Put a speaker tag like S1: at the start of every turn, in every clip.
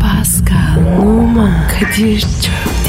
S1: Pascal, Oman, Kadir çok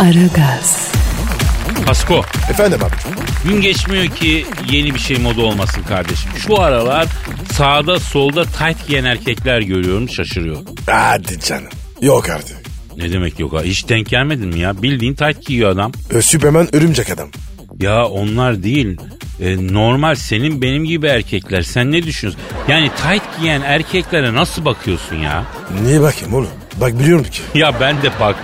S1: Aragaz,
S2: Pasko,
S3: Efendim abi.
S2: gün geçmiyor ki yeni bir şey moda olmasın kardeşim. Şu aralar sağda solda tayt giyen erkekler görüyorum şaşırıyorum.
S3: Hadi canım. Yok artık.
S2: Ne demek yok ha? Hiç denk gelmedin mi ya? Bildiğin tayt giyiyor adam.
S3: Ö, Süperman örümcek adam.
S2: Ya onlar değil. E, normal senin benim gibi erkekler. Sen ne düşünüyorsun? Yani tayt giyen erkeklere nasıl bakıyorsun ya?
S3: Niye bakayım oğlum? Bak biliyorum ki.
S2: Ya ben de bak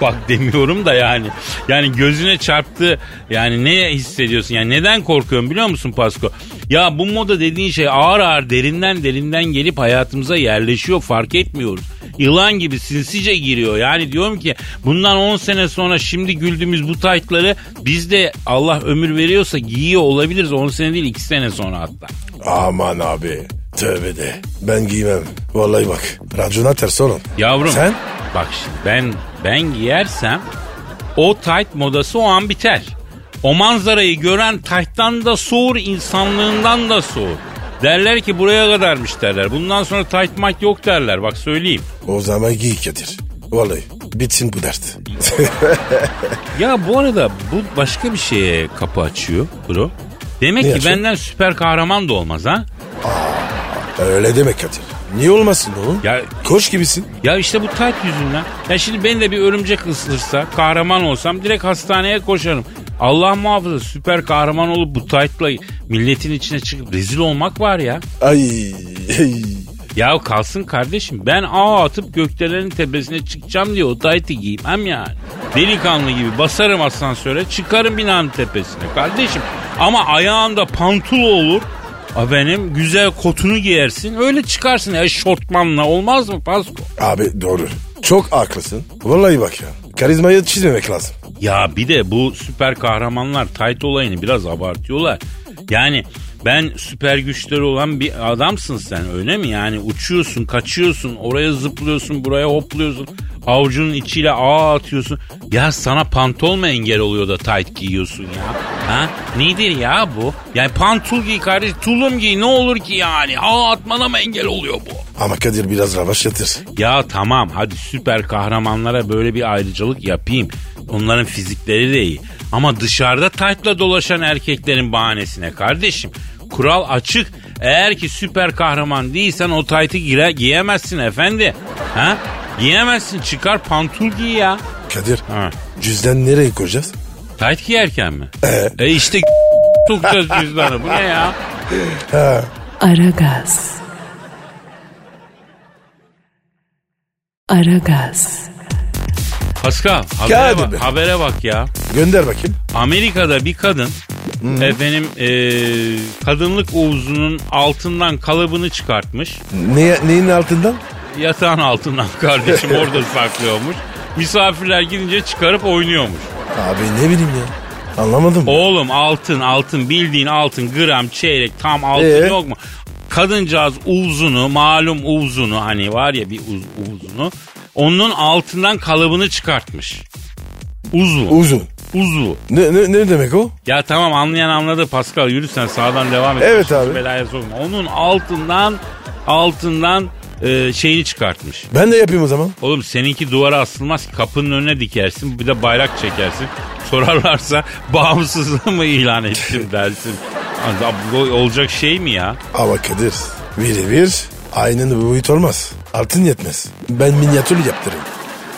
S2: bak demiyorum da yani. Yani gözüne çarptı. Yani ne hissediyorsun? Yani neden korkuyorum biliyor musun Pasko? Ya bu moda dediğin şey ağır ağır derinden derinden gelip hayatımıza yerleşiyor fark etmiyoruz. Yılan gibi sinsice giriyor. Yani diyorum ki bundan 10 sene sonra şimdi güldüğümüz bu taytları biz de Allah ömür veriyorsa giyiyor olabiliriz. 10 sene değil 2 sene sonra hatta.
S3: Aman abi. Tövbe de. Ben giymem. Vallahi bak. Racona ters oğlum.
S2: Yavrum.
S3: Sen?
S2: Bak şimdi ben ben giyersem o tayt modası o an biter. O manzarayı gören tayttan da soğur, insanlığından da soğur. Derler ki buraya kadarmış derler. Bundan sonra tayt mayt yok derler. Bak söyleyeyim.
S3: O zaman giy Kadir. Vallahi bitsin bu dert.
S2: Ya bu arada bu başka bir şeye kapı açıyor bro. Demek
S3: Ne
S2: ki
S3: açıyor?
S2: benden süper kahraman da olmaz ha.
S3: Öyle demek Kadir. Niye olmasın oğlum?
S2: Ya-
S3: Koş gibisin.
S2: Ya işte bu tayt yüzünden. Ya şimdi beni de bir örümcek ısırsa, kahraman olsam direkt hastaneye koşarım. Allah muhafaza süper kahraman olup bu taytla milletin içine çıkıp rezil olmak var ya.
S3: Ay. ay.
S2: Ya kalsın kardeşim ben ağ atıp gökdelenin tepesine çıkacağım diye o taytı giymem yani. Delikanlı gibi basarım asansöre çıkarım binanın tepesine kardeşim. Ama ayağında pantul olur. Efendim güzel kotunu giyersin öyle çıkarsın eşortmanla olmaz mı Pasko?
S3: Abi doğru. Çok haklısın. Vallahi bak ya. Karizmayı çizmemek lazım.
S2: Ya bir de bu süper kahramanlar tayt olayını biraz abartıyorlar. Yani ben süper güçleri olan bir adamsın sen öyle mi? Yani uçuyorsun, kaçıyorsun, oraya zıplıyorsun, buraya hopluyorsun. Avucunun içiyle ağ atıyorsun. Ya sana pantol mu engel oluyor da tayt giyiyorsun ya? Ha? Nedir ya bu? Yani pantul giy kardeş, tulum giy ne olur ki yani? Ağ atmana mı engel oluyor bu?
S3: Ama Kadir biraz yatır.
S2: Ya tamam hadi süper kahramanlara böyle bir ayrıcalık yapayım. Onların fizikleri de iyi. Ama dışarıda taytla dolaşan erkeklerin bahanesine kardeşim. Kural açık. Eğer ki süper kahraman değilsen o taytı gire, giyemezsin efendi. Ha? Giyemezsin çıkar pantul giy ya.
S3: Kadir
S2: Ha.
S3: cüzden nereye koyacağız?
S2: Tayt giyerken mi?
S3: Ee?
S2: E işte sokacağız cüzdanı bu ne ya?
S1: Aragaz. Aragaz,
S2: Pascal habere,
S3: Kadir Bey.
S2: bak, habere bak ya.
S3: Gönder bakayım.
S2: Amerika'da bir kadın efendim eee, kadınlık uvuzunun altından kalıbını çıkartmış.
S3: Ne, neyin altından?
S2: Yatağın altından kardeşim orada saklıyormuş. Misafirler gidince çıkarıp oynuyormuş.
S3: Abi ne bileyim ya. Anlamadım.
S2: Oğlum altın altın bildiğin altın gram çeyrek tam altın
S3: Ee?
S2: yok mu? Kadıncağız uzunu malum uzunu hani var ya bir uz, uzunu onun altından kalıbını çıkartmış. Uzvu.
S3: Uzun.
S2: Uzvu.
S3: Ne, ne, ne demek o?
S2: Ya tamam anlayan anladı Pascal yürü sen sağdan devam et.
S3: Evet
S2: Başımızı
S3: abi.
S2: Belaya sokma. Onun altından altından e, şeyini çıkartmış.
S3: Ben de yapayım o zaman.
S2: Oğlum seninki duvara asılmaz ki kapının önüne dikersin bir de bayrak çekersin. Sorarlarsa bağımsızlığı mı ilan ettim dersin. Ya Bu olacak şey mi ya?
S3: Ama Kadir biri bir aynen bu boyut olmaz. Altın yetmez. Ben minyatür yaptırırım.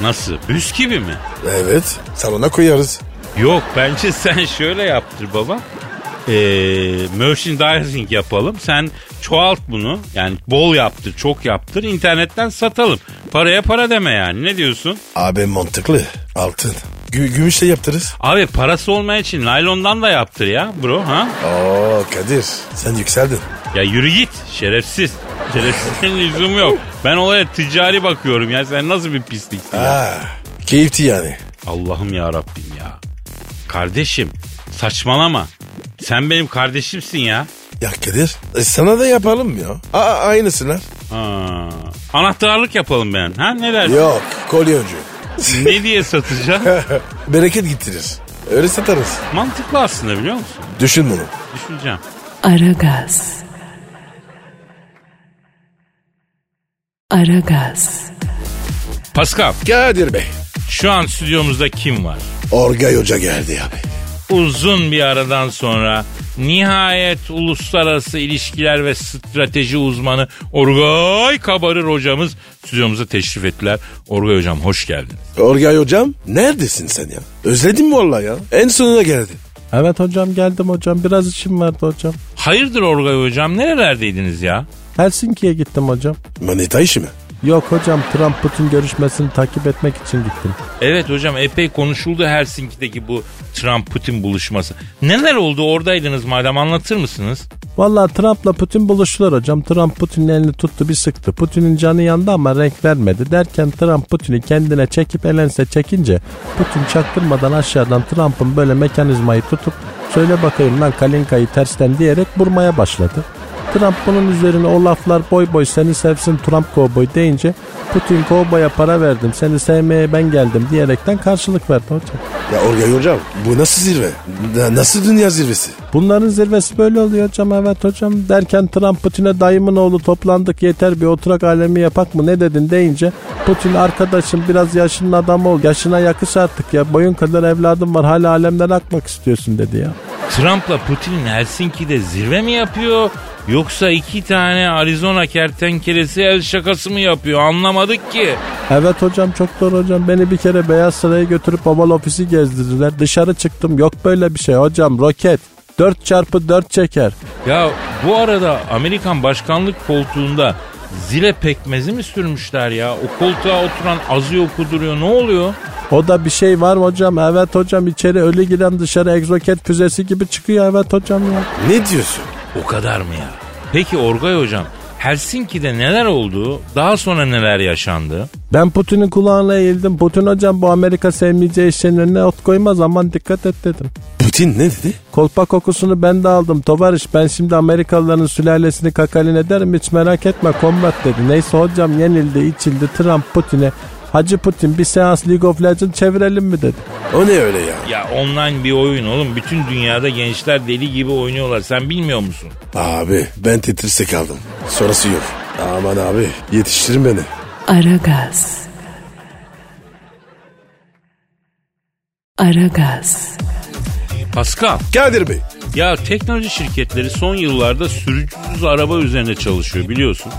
S2: Nasıl? Büs gibi mi?
S3: Evet salona koyarız.
S2: Yok bence sen şöyle yaptır baba. Ee, merchandising yapalım. Sen çoğalt bunu. Yani bol yaptır, çok yaptır. İnternetten satalım. Paraya para deme yani. Ne diyorsun?
S3: Abi mantıklı. Altın. Gü- gümüşle yaptırırız.
S2: Abi parası olmayan için naylondan da yaptır ya bro ha.
S3: Oo Kadir sen yükseldin.
S2: Ya yürü git şerefsiz. Teleskopen lüzum yok. Ben olaya ticari bakıyorum ya. Sen nasıl bir pisliksin ya?
S3: Ha, keyifli yani.
S2: Allah'ım ya Rabbim ya. Kardeşim saçmalama. Sen benim kardeşimsin ya.
S3: Ya Kadir e, sana da yapalım ya. Aa, aynısını.
S2: Ha, anahtarlık yapalım ben. Ha ne dersin?
S3: Yok kolyoncu.
S2: ne diye satacağım?
S3: Bereket getirir. Öyle satarız.
S2: Mantıklı aslında biliyor musun?
S3: Düşün bunu.
S2: Düşüneceğim.
S1: Aragaz. Aragaz.
S2: Pascal
S3: Kadir Bey.
S2: şu an stüdyomuzda kim var?
S3: Orgay Hoca geldi abi.
S2: Uzun bir aradan sonra nihayet uluslararası ilişkiler ve strateji uzmanı Orgay Kabarır hocamız stüdyomuza teşrif ettiler. Orgay hocam hoş geldiniz.
S3: Orgay Hocam neredesin sen ya? Özledim vallahi ya. En sonuna geldi.
S4: Evet hocam geldim hocam. Biraz işim vardı hocam.
S2: Hayırdır Orgay hocam nerelerdeydiniz ya?
S4: Helsinki'ye gittim hocam.
S3: Manita işi mi?
S4: Yok hocam Trump Putin görüşmesini takip etmek için gittim.
S2: Evet hocam epey konuşuldu Helsinki'deki bu Trump-Putin buluşması. Neler oldu oradaydınız madem anlatır mısınız?
S4: Vallahi Trump'la Putin buluştular hocam. Trump Putin'in elini tuttu bir sıktı. Putin'in canı yandı ama renk vermedi. Derken Trump Putin'i kendine çekip elense çekince Putin çaktırmadan aşağıdan Trump'ın böyle mekanizmayı tutup söyle bakayım lan Kalinka'yı tersten diyerek vurmaya başladı. Trump bunun üzerine o laflar boy boy seni sevsin Trump kovboy deyince Putin kovboya para verdim seni sevmeye ben geldim diyerekten karşılık verdi hocam.
S3: Ya Orgay Hocam bu nasıl zirve? Na- nasıl dünya zirvesi?
S4: Bunların zirvesi böyle oluyor hocam evet hocam derken Trump Putin'e dayımın oğlu toplandık yeter bir oturak alemi yapak mı ne dedin deyince Putin arkadaşım biraz yaşının adamı ol yaşına yakış artık ya boyun kadar evladım var hala alemden akmak istiyorsun dedi ya.
S2: Trump'la Putin'in Helsinki'de zirve mi yapıyor? Yoksa iki tane Arizona kertenkelesi el şakası mı yapıyor? Anlamadık ki.
S4: Evet hocam çok doğru hocam beni bir kere Beyaz Saray'a götürüp oval ofisi gezdirdiler dışarı çıktım yok böyle bir şey hocam roket 4 çarpı 4 çeker.
S2: Ya bu arada Amerikan başkanlık koltuğunda zile pekmezi mi sürmüşler ya? O koltuğa oturan azıyor kuduruyor ne oluyor?
S4: O da bir şey var mı hocam? Evet hocam içeri ölü giren dışarı egzoket füzesi gibi çıkıyor evet hocam ya.
S3: Ne diyorsun?
S2: O kadar mı ya? Peki Orgay hocam Helsinki'de neler oldu? Daha sonra neler yaşandı?
S4: Ben Putin'in kulağına eğildim. Putin hocam bu Amerika sevmeyeceği işlerin önüne ot koymaz aman dikkat et dedim.
S3: Putin ne dedi?
S4: Kolpa kokusunu ben de aldım tovarış. Ben şimdi Amerikalıların sülalesini kakalin ederim hiç merak etme kombat dedi. Neyse hocam yenildi içildi Trump Putin'e. Hacı Putin bir seans League of Legends çevirelim mi dedi.
S3: O ne öyle ya?
S2: Ya online bir oyun oğlum. Bütün dünyada gençler deli gibi oynuyorlar. Sen bilmiyor musun?
S3: Abi ben tetrise kaldım. Sonrası yok. Aman abi yetiştirin beni.
S1: Aragaz. Aragaz.
S2: Pascal.
S3: Kadir Bey.
S2: Ya teknoloji şirketleri son yıllarda sürücüsüz araba üzerine çalışıyor biliyorsun.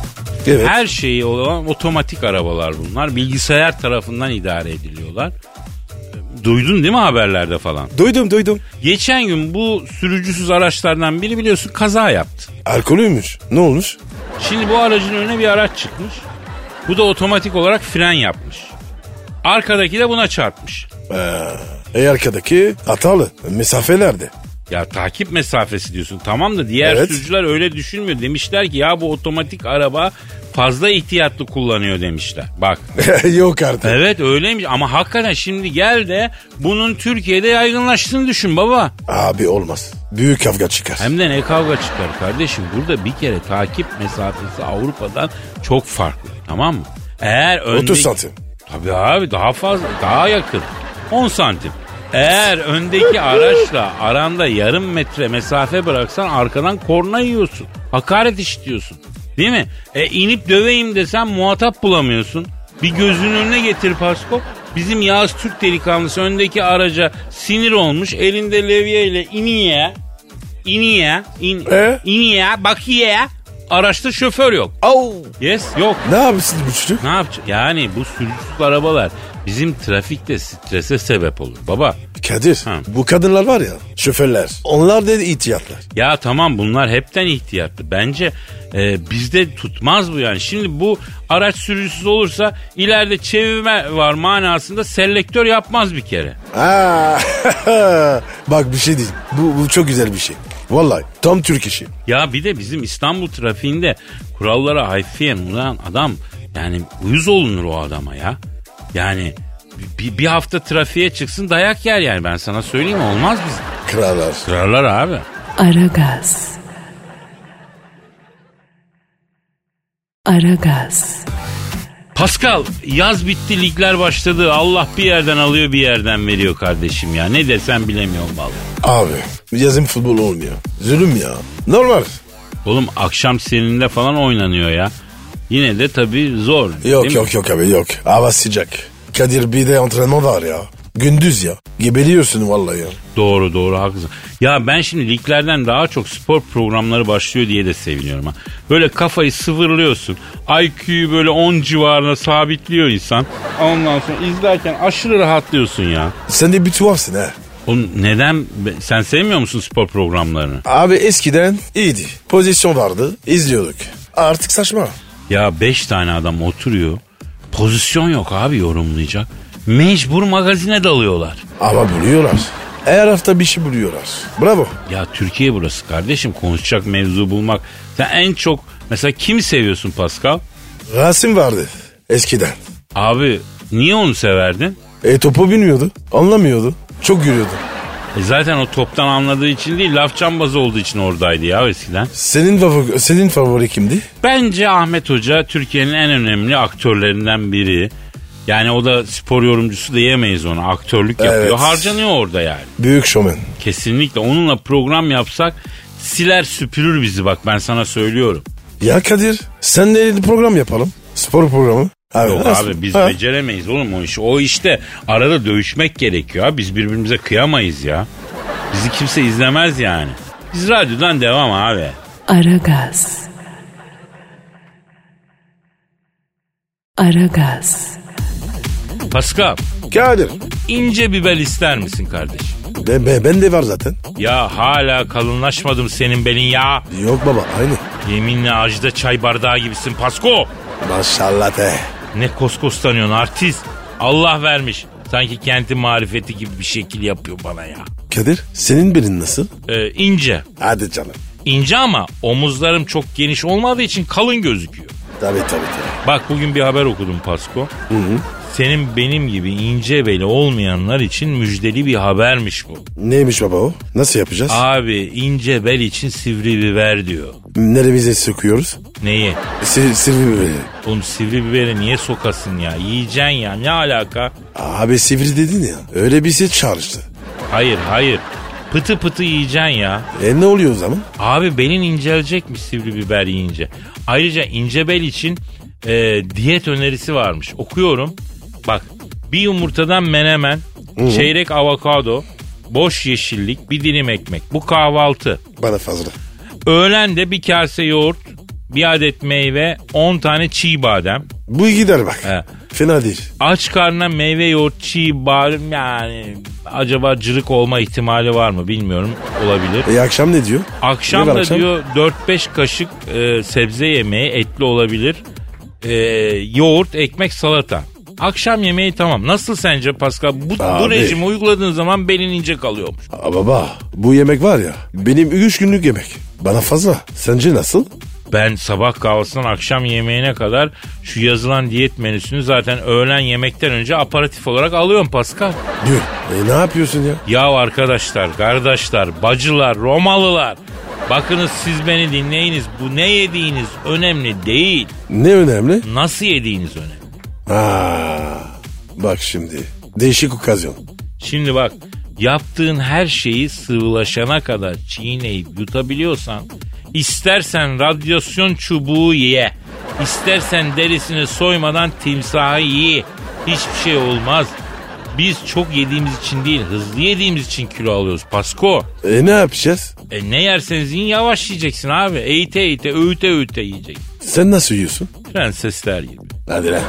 S3: Evet.
S2: Her şeyi olan otomatik arabalar bunlar. Bilgisayar tarafından idare ediliyorlar. Ee, Duydun değil mi haberlerde falan?
S3: Duydum duydum.
S2: Geçen gün bu sürücüsüz araçlardan biri biliyorsun kaza yaptı.
S3: Alkolüymüş. Ne olmuş?
S2: Şimdi bu aracın önüne bir araç çıkmış. Bu da otomatik olarak fren yapmış. Arkadaki de buna çarpmış.
S3: E arkadaki hatalı. Mesafelerde.
S2: Ya takip mesafesi diyorsun tamam da diğer
S3: Evet.
S2: sürücüler öyle düşünmüyor. Demişler ki ya bu otomatik araba fazla ihtiyatlı kullanıyor demişler. Bak
S3: yok artık.
S2: evet öyleymiş ama hakikaten şimdi gel de bunun Türkiye'de yaygınlaştığını düşün baba.
S3: Abi olmaz. Büyük kavga çıkar.
S2: Hem de ne kavga çıkar kardeşim. Burada bir kere takip mesafesi Avrupa'dan çok farklı. Tamam mı? Eğer önde...
S3: 30 santim.
S2: Tabii abi daha fazla, daha yakın. 10 santim. Eğer öndeki araçla aranda yarım metre mesafe bıraksan arkadan korna yiyorsun. Hakaret işitiyorsun. Değil mi? E inip döveyim desen muhatap bulamıyorsun. Bir gözünün önüne getir Pasko. Bizim Yağız Türk delikanlısı öndeki araca sinir olmuş. Elinde levye ile iniye, iniye, in,
S3: E?
S2: iniye, bakiye. Araçta şoför yok. Yes, yok.
S3: Ne yapıyorsun bu çocuk?
S2: Ne yapacak? Yani bu sürücüsüz arabalar bizim trafikte strese sebep olur baba.
S3: Kadir
S2: Ha.
S3: bu kadınlar var ya şoförler. Onlar da ihtiyatlar.
S2: Ya tamam bunlar hepten ihtiyatlı. Bence e, bizde tutmaz bu yani. Şimdi bu araç sürücüsüz olursa ileride çevirme var manasında selektör yapmaz bir kere.
S3: Ha. Bak bir şey değil. Bu, bu çok güzel bir şey. Vallahi tam Türk işi.
S2: Ya bir de bizim İstanbul trafiğinde kurallara hayfiye ulan adam yani uyuz olunur o adama ya. Yani bir, bir hafta trafiğe çıksın dayak yer yani ben sana söyleyeyim olmaz biz.
S3: Krallar.
S2: Kırarlar abi.
S1: Aragaz. Aragaz.
S2: Pascal yaz bitti ligler başladı Allah bir yerden alıyor bir yerden veriyor kardeşim ya ne desem bilemiyorum vallahi.
S3: Abi yazın futbol olmuyor. Zulüm ya. Normal.
S2: Oğlum akşam serinde falan oynanıyor ya. Yine de tabii zor.
S3: Yok
S2: değil mi?
S3: yok yok abi yok. Hava sıcak. Kadir bir de antrenman var ya. Gündüz ya. Gebeliyorsun vallahi ya.
S2: Doğru doğru haklısın. Ya ben şimdi liglerden daha çok spor programları başlıyor diye de seviniyorum. Ha. Böyle kafayı sıvırlıyorsun. IQ'yu böyle 10 civarına sabitliyor insan. Ondan sonra izlerken aşırı rahatlıyorsun ya.
S3: Sen de bir tuhafsın ha.
S2: Oğlum neden? Be- Sen sevmiyor musun spor programlarını?
S3: Abi eskiden iyiydi. Pozisyon vardı. izliyorduk. Artık saçma.
S2: Ya 5 tane adam oturuyor. Pozisyon yok abi yorumlayacak. Mecbur magazine dalıyorlar.
S3: Ama buluyorlar. Her hafta bir şey buluyorlar. Bravo.
S2: Ya Türkiye burası kardeşim konuşacak mevzu bulmak. Sen en çok mesela kimi seviyorsun Pascal?
S3: Rasim vardı eskiden.
S2: Abi niye onu severdin?
S3: E topu bilmiyordu. Anlamıyordu. Çok gülüyordu.
S2: E zaten o toptan anladığı için değil laf cambazı olduğu için oradaydı ya eskiden.
S3: Senin favori, senin favori kimdi?
S2: Bence Ahmet Hoca Türkiye'nin en önemli aktörlerinden biri. Yani o da spor yorumcusu diyemeyiz ona. Aktörlük yapıyor.
S3: Evet.
S2: Harcanıyor orada yani.
S3: Büyük şomen.
S2: Kesinlikle onunla program yapsak siler süpürür bizi bak ben sana söylüyorum.
S3: Ya Kadir sen de program yapalım. Spor programı. Abi,
S2: Yok
S3: nasıl?
S2: abi biz
S3: Ha.
S2: beceremeyiz oğlum o işi. O işte arada dövüşmek gerekiyor. abi. Biz birbirimize kıyamayız ya. Bizi kimse izlemez yani. Biz radyodan devam abi.
S1: Aragaz. Aragaz.
S2: Pascal
S3: Kadir.
S2: ince bir bel ister misin kardeşim?
S3: Ben, ben, ben de var zaten.
S2: Ya hala kalınlaşmadım senin belin ya.
S3: Yok baba aynı.
S2: Yeminle ajda çay bardağı gibisin Pasko.
S3: Maşallah te.
S2: Ne koskostanıyorsun artist. Allah vermiş. Sanki kendi marifeti gibi bir şekil yapıyor bana ya.
S3: Kadir senin birin nasıl?
S2: Ee, ince.
S3: Hadi canım.
S2: İnce ama omuzlarım çok geniş olmadığı için kalın gözüküyor.
S3: Tabii tabii tabii.
S2: Bak bugün bir haber okudum Pasko. Senin benim gibi ince beli olmayanlar için müjdeli bir habermiş bu.
S3: Neymiş baba o? Nasıl yapacağız?
S2: Abi ince bel için sivri biber diyor.
S3: Neremize sıkıyoruz?
S2: Neyi?
S3: Sir, sivri e, biberi.
S2: Oğlum sivri biberi niye sokasın ya? Yiyeceksin ya ne alaka?
S3: Abi sivri dedin ya. Öyle bir ses çağrıştı.
S2: Hayır hayır. Pıtı pıtı yiyeceksin ya.
S3: E ne oluyor o zaman?
S2: Abi belin incelecekmiş sivri biber yiyince. Ayrıca ince bel için e, diyet önerisi varmış. Okuyorum. Bak bir yumurtadan menemen, çeyrek avokado, boş yeşillik, bir dilim ekmek. Bu kahvaltı.
S3: Bana fazla.
S2: Öğlen de bir kase yoğurt, bir adet meyve, 10 tane çiğ badem.
S3: Bu iyi gider bak.
S2: He.
S3: Fena değil.
S2: Aç karnına meyve yoğurt çiğ badem yani acaba cırık olma ihtimali var mı bilmiyorum olabilir.
S3: E akşam ne diyor?
S2: Akşam
S3: Ne var
S2: da
S3: akşam?
S2: diyor 4-5 kaşık e, sebze yemeği etli olabilir. E, yoğurt, ekmek, salata. Akşam yemeği tamam. Nasıl sence Pascal? Bu, bu
S3: Abi.
S2: rejimi uyguladığın zaman belin ince kalıyormuş.
S3: Aa, baba bu yemek var ya benim 3 günlük yemek. Bana fazla. Sence nasıl?
S2: Ben sabah kahvaltısından akşam yemeğine kadar şu yazılan diyet menüsünü zaten öğlen yemekten önce aparatif olarak alıyorum Pascal.
S3: Diyor. E ne yapıyorsun ya?
S2: Ya arkadaşlar, kardeşler, bacılar, Romalılar. Bakınız siz beni dinleyiniz. Bu ne yediğiniz önemli değil.
S3: Ne önemli?
S2: Nasıl yediğiniz önemli.
S3: Aa, bak şimdi. Değişik okazyon.
S2: Şimdi bak yaptığın her şeyi sıvılaşana kadar çiğneyip yutabiliyorsan istersen radyasyon çubuğu ye. istersen derisini soymadan timsahı ye. Hiçbir şey olmaz. Biz çok yediğimiz için değil hızlı yediğimiz için kilo alıyoruz Pasko.
S3: E ne yapacağız?
S2: E ne yerseniz yiyin yavaş yiyeceksin abi. Eğite eğite öğüte öğüte yiyeceksin.
S3: Sen nasıl yiyorsun?
S2: Prensesler gibi.
S3: Hadi lan.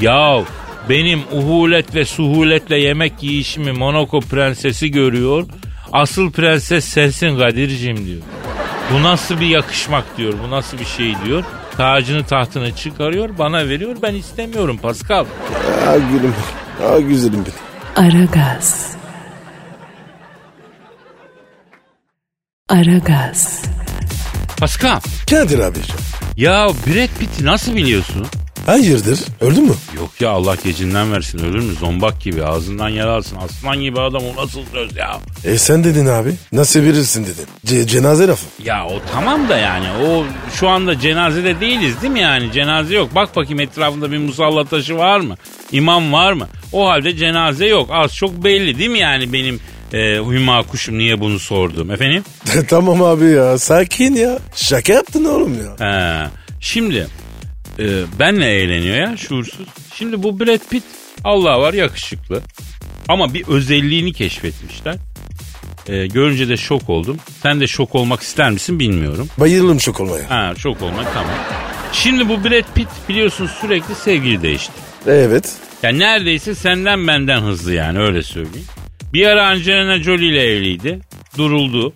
S2: Ya benim uhulet ve suhuletle yemek yiyişimi Monaco prensesi görüyor. Asıl prenses sensin Kadir'cim diyor. Bu nasıl bir yakışmak diyor. Bu nasıl bir şey diyor. Tacını tahtını çıkarıyor bana veriyor. Ben istemiyorum Pascal.
S3: Aa gülüm. Aa güzelim benim.
S1: Aragaz. Aragaz,
S2: Pascal
S3: Kadir abi.
S2: ya Brad Pitt'i nasıl biliyorsun?
S3: Hayırdır? Öldün mü?
S2: Yok ya Allah gecinden versin ölür mü? Zombak gibi ağzından yara alsın. Aslan gibi adam o nasıl söz ya?
S3: E sen dedin abi. Nasıl verirsin dedin. Ce- cenaze lafı.
S2: Ya o tamam da yani o şu anda cenazede değiliz değil mi yani cenaze yok. Bak bakayım etrafında bir musalla taşı var mı? İmam var mı? O halde cenaze yok az çok belli değil mi yani benim e, hüma kuşum niye bunu sordum efendim?
S3: tamam abi ya. Sakin ya. Şaka yaptın oğlum ya.
S2: He, şimdi e, benle eğleniyor ya şuursuz. Şimdi bu Brad Pitt Allah var yakışıklı ama bir özelliğini keşfetmişler. E, görünce de şok oldum. Sen de şok olmak ister misin bilmiyorum.
S3: Bayılırım şok olmaya.
S2: Ha şok olmak tamam. Şimdi bu Brad Pitt biliyorsun sürekli sevgili değişti.
S3: Evet.
S2: Yani neredeyse senden benden hızlı yani öyle söyleyeyim. Bir ara Angelina Jolie ile evliydi. Duruldu.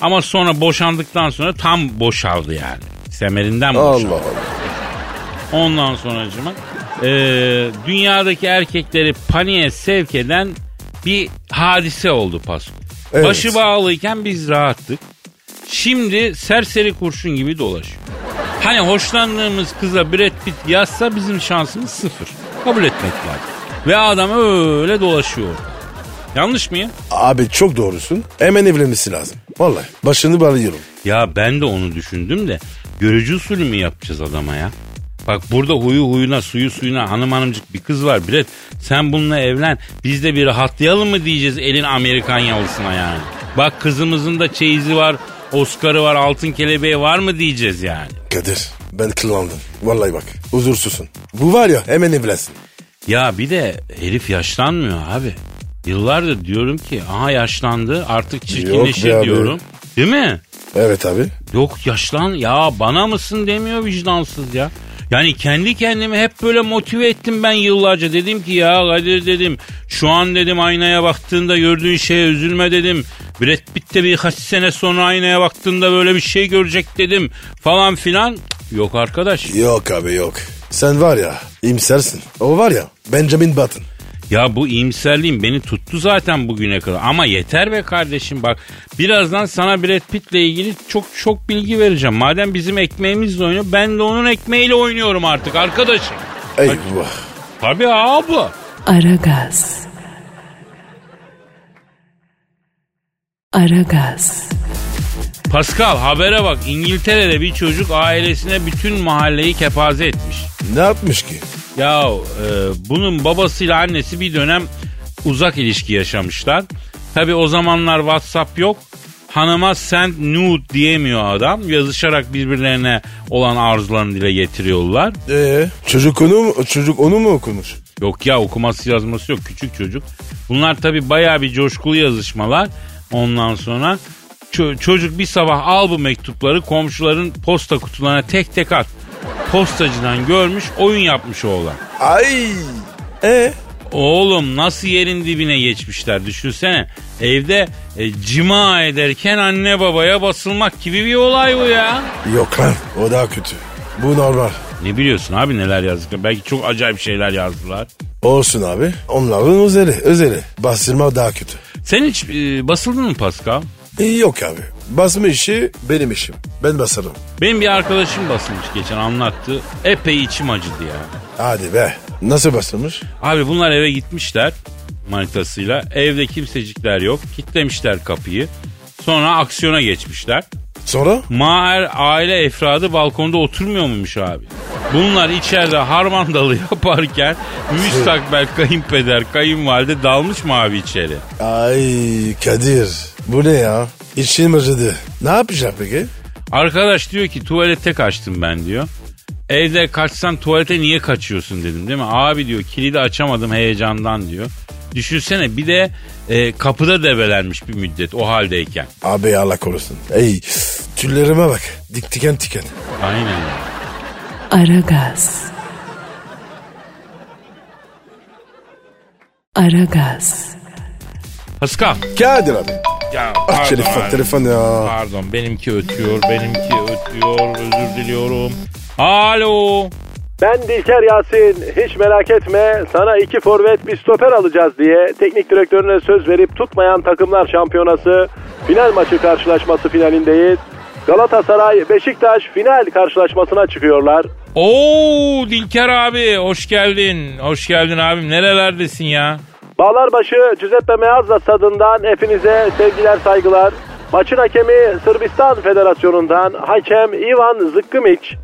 S2: Ama sonra boşandıktan sonra tam boşaldı yani. Semerinden boşaldı.
S3: Allah Allah.
S2: Ondan sonracıma eee, dünyadaki erkekleri paniğe sevk eden bir hadise oldu Pasko.
S3: Evet.
S2: Başı bağlıyken biz rahattık. Şimdi serseri kurşun gibi dolaşıyor. Hani hoşlandığımız kıza Brad Pitt yazsa bizim şansımız sıfır. Kabul etmek lazım. Ve adam öyle dolaşıyor. orada. Yanlış mı ya?
S3: Abi çok doğrusun. Hemen evlenmesi lazım. Vallahi başını bağlıyorum.
S2: Ya ben de onu düşündüm de görücü usulü mü yapacağız adama ya? Bak burada huyu huyuna suyu suyuna hanım hanımcık bir kız var bilet. Sen bununla evlen biz de bir rahatlayalım mı diyeceğiz elin Amerikan yalısına yani. Bak kızımızın da çeyizi var Oscar'ı var altın kelebeği var mı diyeceğiz yani.
S3: Kadir ben kıllandım. Vallahi bak huzursuzsun. Bu var ya hemen evlensin.
S2: Ya bir de herif yaşlanmıyor abi. Yıllardır diyorum ki aha yaşlandı artık
S3: Yok be
S2: çirkinleşir
S3: abi.
S2: diyorum. Değil mi?
S3: Evet abi.
S2: Yok yaşlan ya bana mısın demiyor vicdansız ya. Yani kendi kendimi hep böyle motive ettim ben yıllarca. Dedim ki ya Kadir dedim şu an dedim aynaya baktığında gördüğün şeye üzülme dedim. Brad Pitt de birkaç sene sonra aynaya baktığında böyle bir şey görecek dedim falan filan. Yok arkadaş.
S3: Yok abi yok. Sen var ya imsersin. O var ya Benjamin Button.
S2: Ya bu iyimserliğim beni tuttu zaten bugüne kadar. Ama yeter be kardeşim bak. Birazdan sana Brad Pitt'le ilgili çok çok bilgi vereceğim. Madem bizim ekmeğimizle oynuyor ben de onun ekmeğiyle oynuyorum artık arkadaşım.
S3: Eyvah.
S2: Tabii abi.
S1: Aragaz. Aragaz,
S2: Pascal habere bak İngiltere'de bir çocuk ailesine bütün mahalleyi kepaze etmiş.
S3: Ne yapmış ki?
S2: Ya e, bunun babasıyla annesi bir dönem uzak ilişki yaşamışlar. Tabi o zamanlar WhatsApp yok. Hanıma send nude diyemiyor adam. Yazışarak birbirlerine olan arzularını dile getiriyorlar.
S3: Ee, çocuk onu mu, çocuk onu mu okumuş?
S2: Yok ya okuması yazması yok küçük çocuk. Bunlar tabi baya bir coşkulu yazışmalar. Ondan sonra ço- çocuk bir sabah al bu mektupları komşuların posta kutularına tek tek at. Postacıdan görmüş oyun yapmış oğlan.
S3: Ay. E
S2: Oğlum nasıl yerin dibine geçmişler düşünsene. Evde e, cima ederken anne babaya basılmak gibi bir olay bu ya.
S3: yok lan o daha kötü. Bu normal.
S2: Ne biliyorsun abi neler yazdıklar. Belki çok acayip şeyler yazdılar.
S3: Olsun abi. Onların özeli, özeli. Bastırma daha kötü.
S2: Sen hiç e, basıldın mı Pascal?
S3: Ee, yok abi. Basma işi benim işim. Ben basarım.
S2: Benim bir arkadaşım basılmış geçen anlattı. Epey içim acıdı ya.
S3: Hadi be. Nasıl bastırmış?
S2: Abi bunlar eve gitmişler manitasıyla. Evde kimsecikler yok. Kitlemişler kapıyı. Sonra aksiyona geçmişler.
S3: Sonra?
S2: Maher aile efradı balkonda oturmuyor muymuş abi? Bunlar içeride harmandalı yaparken müstakbel kayınpeder, kayınvalide dalmış mı abi içeri?
S3: Ay Kadir. Bu ne ya? İçim acıdı. Ne yapacak peki?
S2: Arkadaş diyor ki tuvalete kaçtım ben diyor. Evde kaçsan tuvalete niye kaçıyorsun dedim değil mi? Abi diyor kilidi açamadım heyecandan diyor. Düşünsene bir de e, kapıda debelenmiş bir müddet o haldeyken.
S3: Abi Allah korusun. Ey tüllerime bak. Dik diken diken.
S2: Aynen.
S1: Aragaz. Aragaz,
S2: Haskam.
S3: Kadir abi.
S2: Ya
S3: Ah telefon
S2: abi.
S3: telefon ya.
S2: Pardon benimki ötüyor, benimki ötüyor. Özür diliyorum. Alo.
S4: Ben Dilker Yasin. Hiç merak etme. Sana iki forvet bir stoper alacağız diye teknik direktörüne söz verip tutmayan takımlar şampiyonası Final maçı karşılaşması finalindeyiz. Galatasaray Beşiktaş final karşılaşmasına çıkıyorlar.
S5: Oo Dilker abi hoş geldin. Hoş geldin abim. Nerelerdesin ya?
S4: Bağlarbaşı Giuseppe Meazza stadından hepinize sevgiler saygılar. Maçın hakemi Sırbistan Federasyonu'ndan hakem Ivan Zıkkımiç.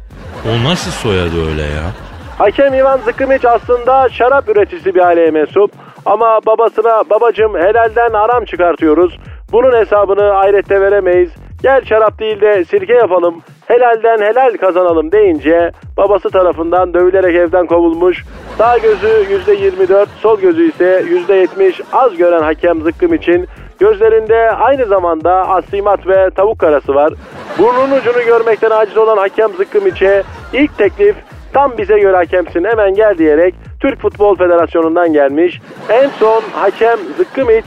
S2: O nasıl soyadı öyle ya?
S4: Hakem Ivan Zıkkımiç aslında şarap üreticisi bir aileye mensup. Ama babasına babacım helalden haram çıkartıyoruz. Bunun hesabını ahirette veremeyiz. Gel şarap değil de sirke yapalım. Helalden helal kazanalım deyince babası tarafından dövülerek evden kovulmuş. Sağ gözü %24, sol gözü ise %70 az gören hakem Zıkkım için gözlerinde aynı zamanda aslimat ve tavuk karası var. Burnunun ucunu görmekten aciz olan hakem Zıkkım içe ilk teklif Tam bize göre hakemsin hemen gel diyerek Türk Futbol Federasyonu'ndan gelmiş. En son hakem Zıkkımiç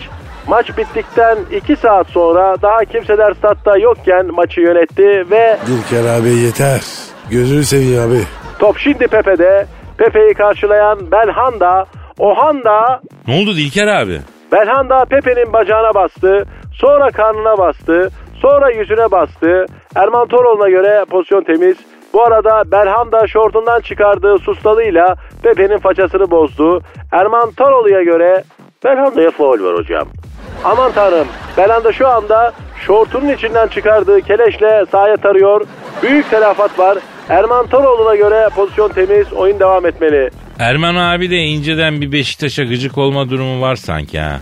S4: maç bittikten 2 saat sonra daha kimseler statta yokken maçı yönetti ve
S3: Dilker abi yeter. Gözünü seveyim abi.
S4: top şimdi Pepe'de. Pepe'yi karşılayan Belhanda, Ohanda,
S2: Ne oldu Dilker abi?
S4: Belhanda Pepe'nin bacağına bastı, sonra karnına bastı, sonra yüzüne bastı. Erman Toroğlu'na göre pozisyon temiz. Bu arada Belhanda şortundan çıkardığı sustalıyla Pepe'nin façasını bozdu. Erman Toroğlu'ya göre Belhanda'ya faul var hocam. Aman tanrım Belhanda şu anda şortunun içinden çıkardığı keleşle sahaya tarıyor. Büyük telafat var. Erman Toroğlu'na göre pozisyon temiz oyun devam etmeli.
S5: Erman abi de inceden bir Beşiktaş'a gıcık olma durumu var sanki ha.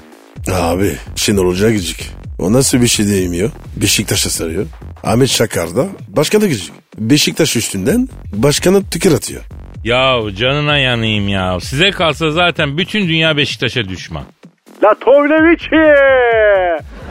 S3: Abi şimdi olacak gidecek. O nasıl bir şey değmiyor? Beşiktaş'a sarıyor. Ahmet Şakar da başkana gidecek. Beşiktaş üstünden başkana tükür atıyor.
S5: Ya canına yanayım ya. Size kalsa zaten bütün dünya Beşiktaş'a düşman.
S4: Latovlevici.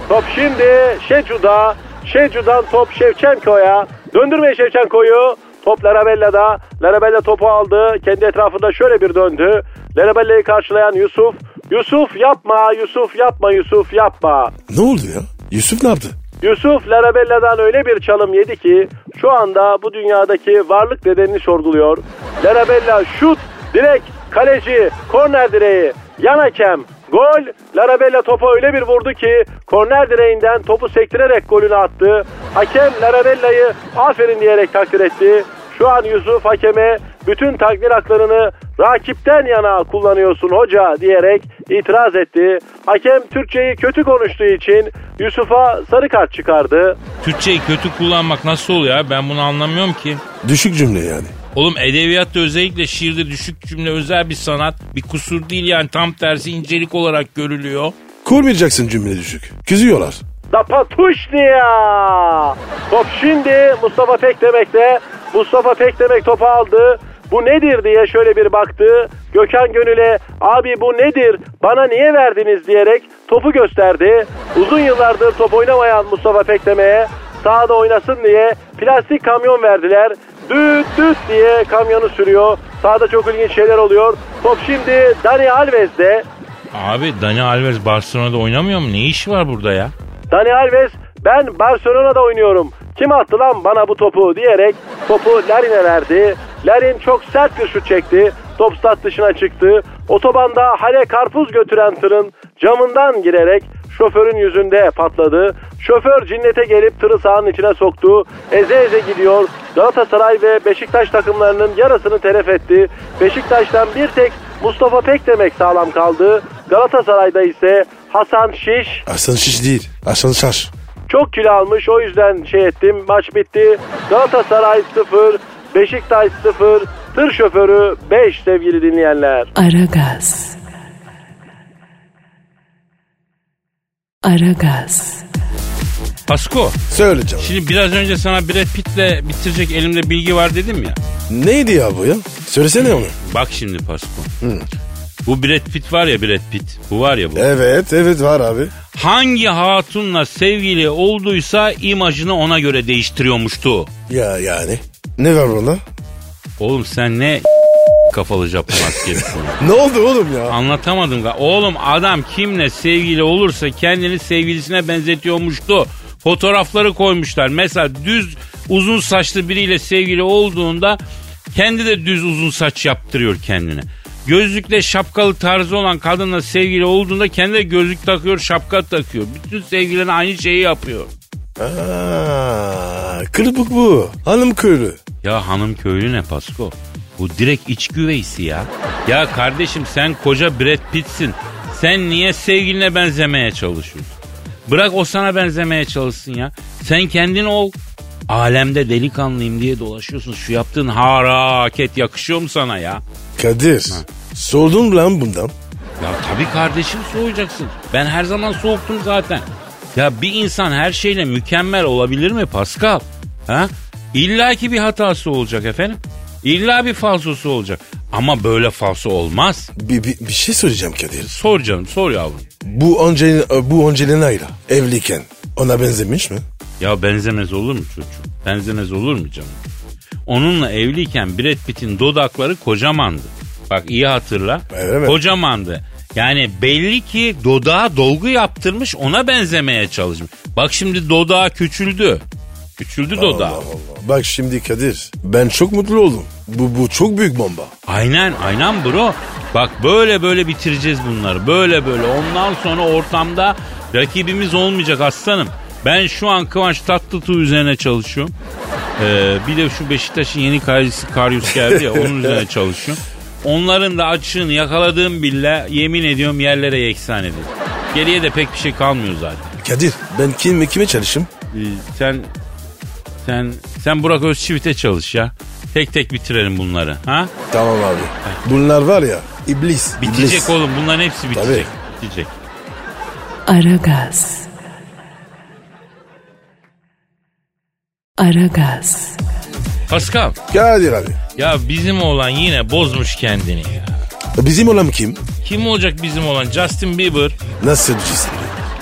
S4: Top şimdi Şecu'da. Şecu'dan top Şevçenko'ya. Döndürmeyin Şevçenko'yu. Top Larabella'da. Larabella topu aldı. Kendi etrafında şöyle bir döndü. Larabella'yı karşılayan Yusuf. Yusuf yapma, Yusuf yapma, Yusuf yapma.
S3: Ne oldu ya? Yusuf ne yaptı?
S4: Yusuf Larabella'dan öyle bir çalım yedi ki şu anda bu dünyadaki varlık nedenini sorguluyor. Larabella şut, direk, kaleci, korner direği, yan hakem, gol. Larabella topa öyle bir vurdu ki korner direğinden topu sektirerek golünü attı. Hakem Larabella'yı aferin diyerek takdir etti. Şu an Yusuf hakeme bütün takdir haklarını rakipten yana kullanıyorsun hoca diyerek itiraz etti. Hakem Türkçeyi kötü konuştuğu için Yusuf'a sarı kart çıkardı.
S5: Türkçeyi kötü kullanmak nasıl oluyor abi? Ben bunu anlamıyorum ki.
S3: Düşük cümle yani.
S5: Oğlum edebiyatta özellikle şiirde düşük cümle özel bir sanat. Bir kusur değil yani tam tersi incelik olarak görülüyor.
S3: Kurmayacaksın cümle düşük. Küzüyorlar.
S4: Zapatuşni ya! Top şimdi Mustafa Pek demekte. Mustafa Pek demek topu aldı. Bu nedir diye şöyle bir baktı. Gökhan Gönül'e abi bu nedir bana niye verdiniz diyerek topu gösterdi. Uzun yıllardır top oynamayan Mustafa Pek demeye sahada oynasın diye plastik kamyon verdiler. Düt düt diye kamyonu sürüyor. Sahada çok ilginç şeyler oluyor. Top şimdi Dani Alves'de.
S5: Abi Dani Alves Barcelona'da oynamıyor mu? Ne iş var burada ya?
S4: Dani Alves ben Barcelona'da oynuyorum. Kim attı lan bana bu topu diyerek topu Larin'e verdi. Larin çok sert bir şut çekti. Top stat dışına çıktı. Otobanda hale karpuz götüren tırın camından girerek şoförün yüzünde patladı. Şoför cinnete gelip tırı sahanın içine soktu. Eze eze gidiyor. Galatasaray ve Beşiktaş takımlarının yarısını telef etti. Beşiktaş'tan bir tek Mustafa Pek demek sağlam kaldı. Galatasaray'da ise Hasan Şiş,
S3: Aslan şiş değil. Aslan şaş.
S4: çok kilo almış o yüzden şey ettim. Maç bitti. Galatasaray 0, Beşiktaş 0, tır şoförü 5 sevgili dinleyenler.
S1: Aragaz. Aragaz.
S5: Pasko
S3: Söyle canım.
S5: şimdi biraz önce sana Brad Pitt'le bitirecek elimde bilgi var dedim ya.
S3: Neydi ya bu ya? Söylesene onu.
S2: Bak şimdi Pasko. Bu Brad Pitt var ya Brad Pitt. Bu var ya bu.
S3: Evet evet var abi.
S2: Hangi hatunla sevgili olduysa imajını ona göre değiştiriyormuştu.
S3: Ya yani. Ne var bunda?
S2: Oğlum sen ne kafalı Japon askerisin.
S3: Ne oldu oğlum ya?
S2: Anlatamadım. ga- Oğlum adam kimle sevgili olursa kendini sevgilisine benzetiyormuştu. Fotoğrafları koymuşlar. Mesela düz uzun saçlı biriyle sevgili olduğunda kendi de düz uzun saç yaptırıyor kendine. Gözlükle şapkalı tarzı olan kadınla sevgili olduğunda kendi de gözlük takıyor, şapka takıyor. Bütün sevgilerine aynı şeyi yapıyor.
S3: Aa, kılıbık bu. Hanım köylü.
S2: Ya hanım köylü ne Pasko? Bu direkt iç güveysi ya. Ya kardeşim sen koca Brad Pitt'sin. Sen niye sevgiline benzemeye çalışıyorsun? Bırak o sana benzemeye çalışsın ya. Sen kendin ol. Alemde delikanlıyım diye dolaşıyorsun. Şu yaptığın haraket yakışıyor mu sana ya?
S3: Kadir. Sordum lan bundan.
S2: Ya tabii kardeşim soğuyacaksın. Ben her zaman soğuktum zaten. Ya bir insan her şeyle mükemmel olabilir mi Pascal? Ha? İlla ki bir hatası olacak efendim. İlla bir falsosu olacak. Ama böyle falso olmaz.
S3: Bir, bir, bir şey soracağım Kadir.
S2: Sor canım sor yavrum.
S3: Bu Angelina, bu Angelina'yla evliyken ona benzemiş mi?
S2: Ya benzemez olur mu çocuğum? Benzemez olur mu canım? Onunla evliyken Brad Pitt'in dodakları kocamandı. Bak iyi hatırla.
S3: Öyle mi?
S2: Kocamandı. Yani belli ki dodağa dolgu yaptırmış ona benzemeye çalışmış. Bak şimdi dodağa küçüldü. Küçüldü dodağı.
S3: Bak şimdi Kadir. Ben çok mutlu oldum. Bu, bu çok büyük bomba.
S2: Aynen aynen bro. Bak böyle böyle bitireceğiz bunları. Böyle böyle. Ondan sonra ortamda rakibimiz olmayacak aslanım. Ben şu an Kıvanç Tatlıtuğ üzerine çalışıyorum. Ee, bir de şu Beşiktaş'ın yeni kalecisi Karyus geldi ya onun üzerine çalışıyorum. Onların da açığını yakaladığım bile yemin ediyorum yerlere yeksan edildi. Geriye de pek bir şey kalmıyor zaten.
S3: Kadir ben kim, kime çalışayım?
S2: Ee, sen sen sen Burak Özçivit'e çalış ya. Tek tek bitirelim bunları. Ha?
S3: Tamam abi. Bunlar var ya iblis.
S2: Bitecek
S3: iblis.
S2: oğlum bunların hepsi bitecek. Bitecek.
S1: Aragaz. Aragaz.
S2: Pascal
S3: Kadir abi.
S2: ya bizim olan yine bozmuş kendini ya.
S3: Bizim olan kim?
S2: Kim olacak bizim olan Justin Bieber?
S3: Nasıl cisim?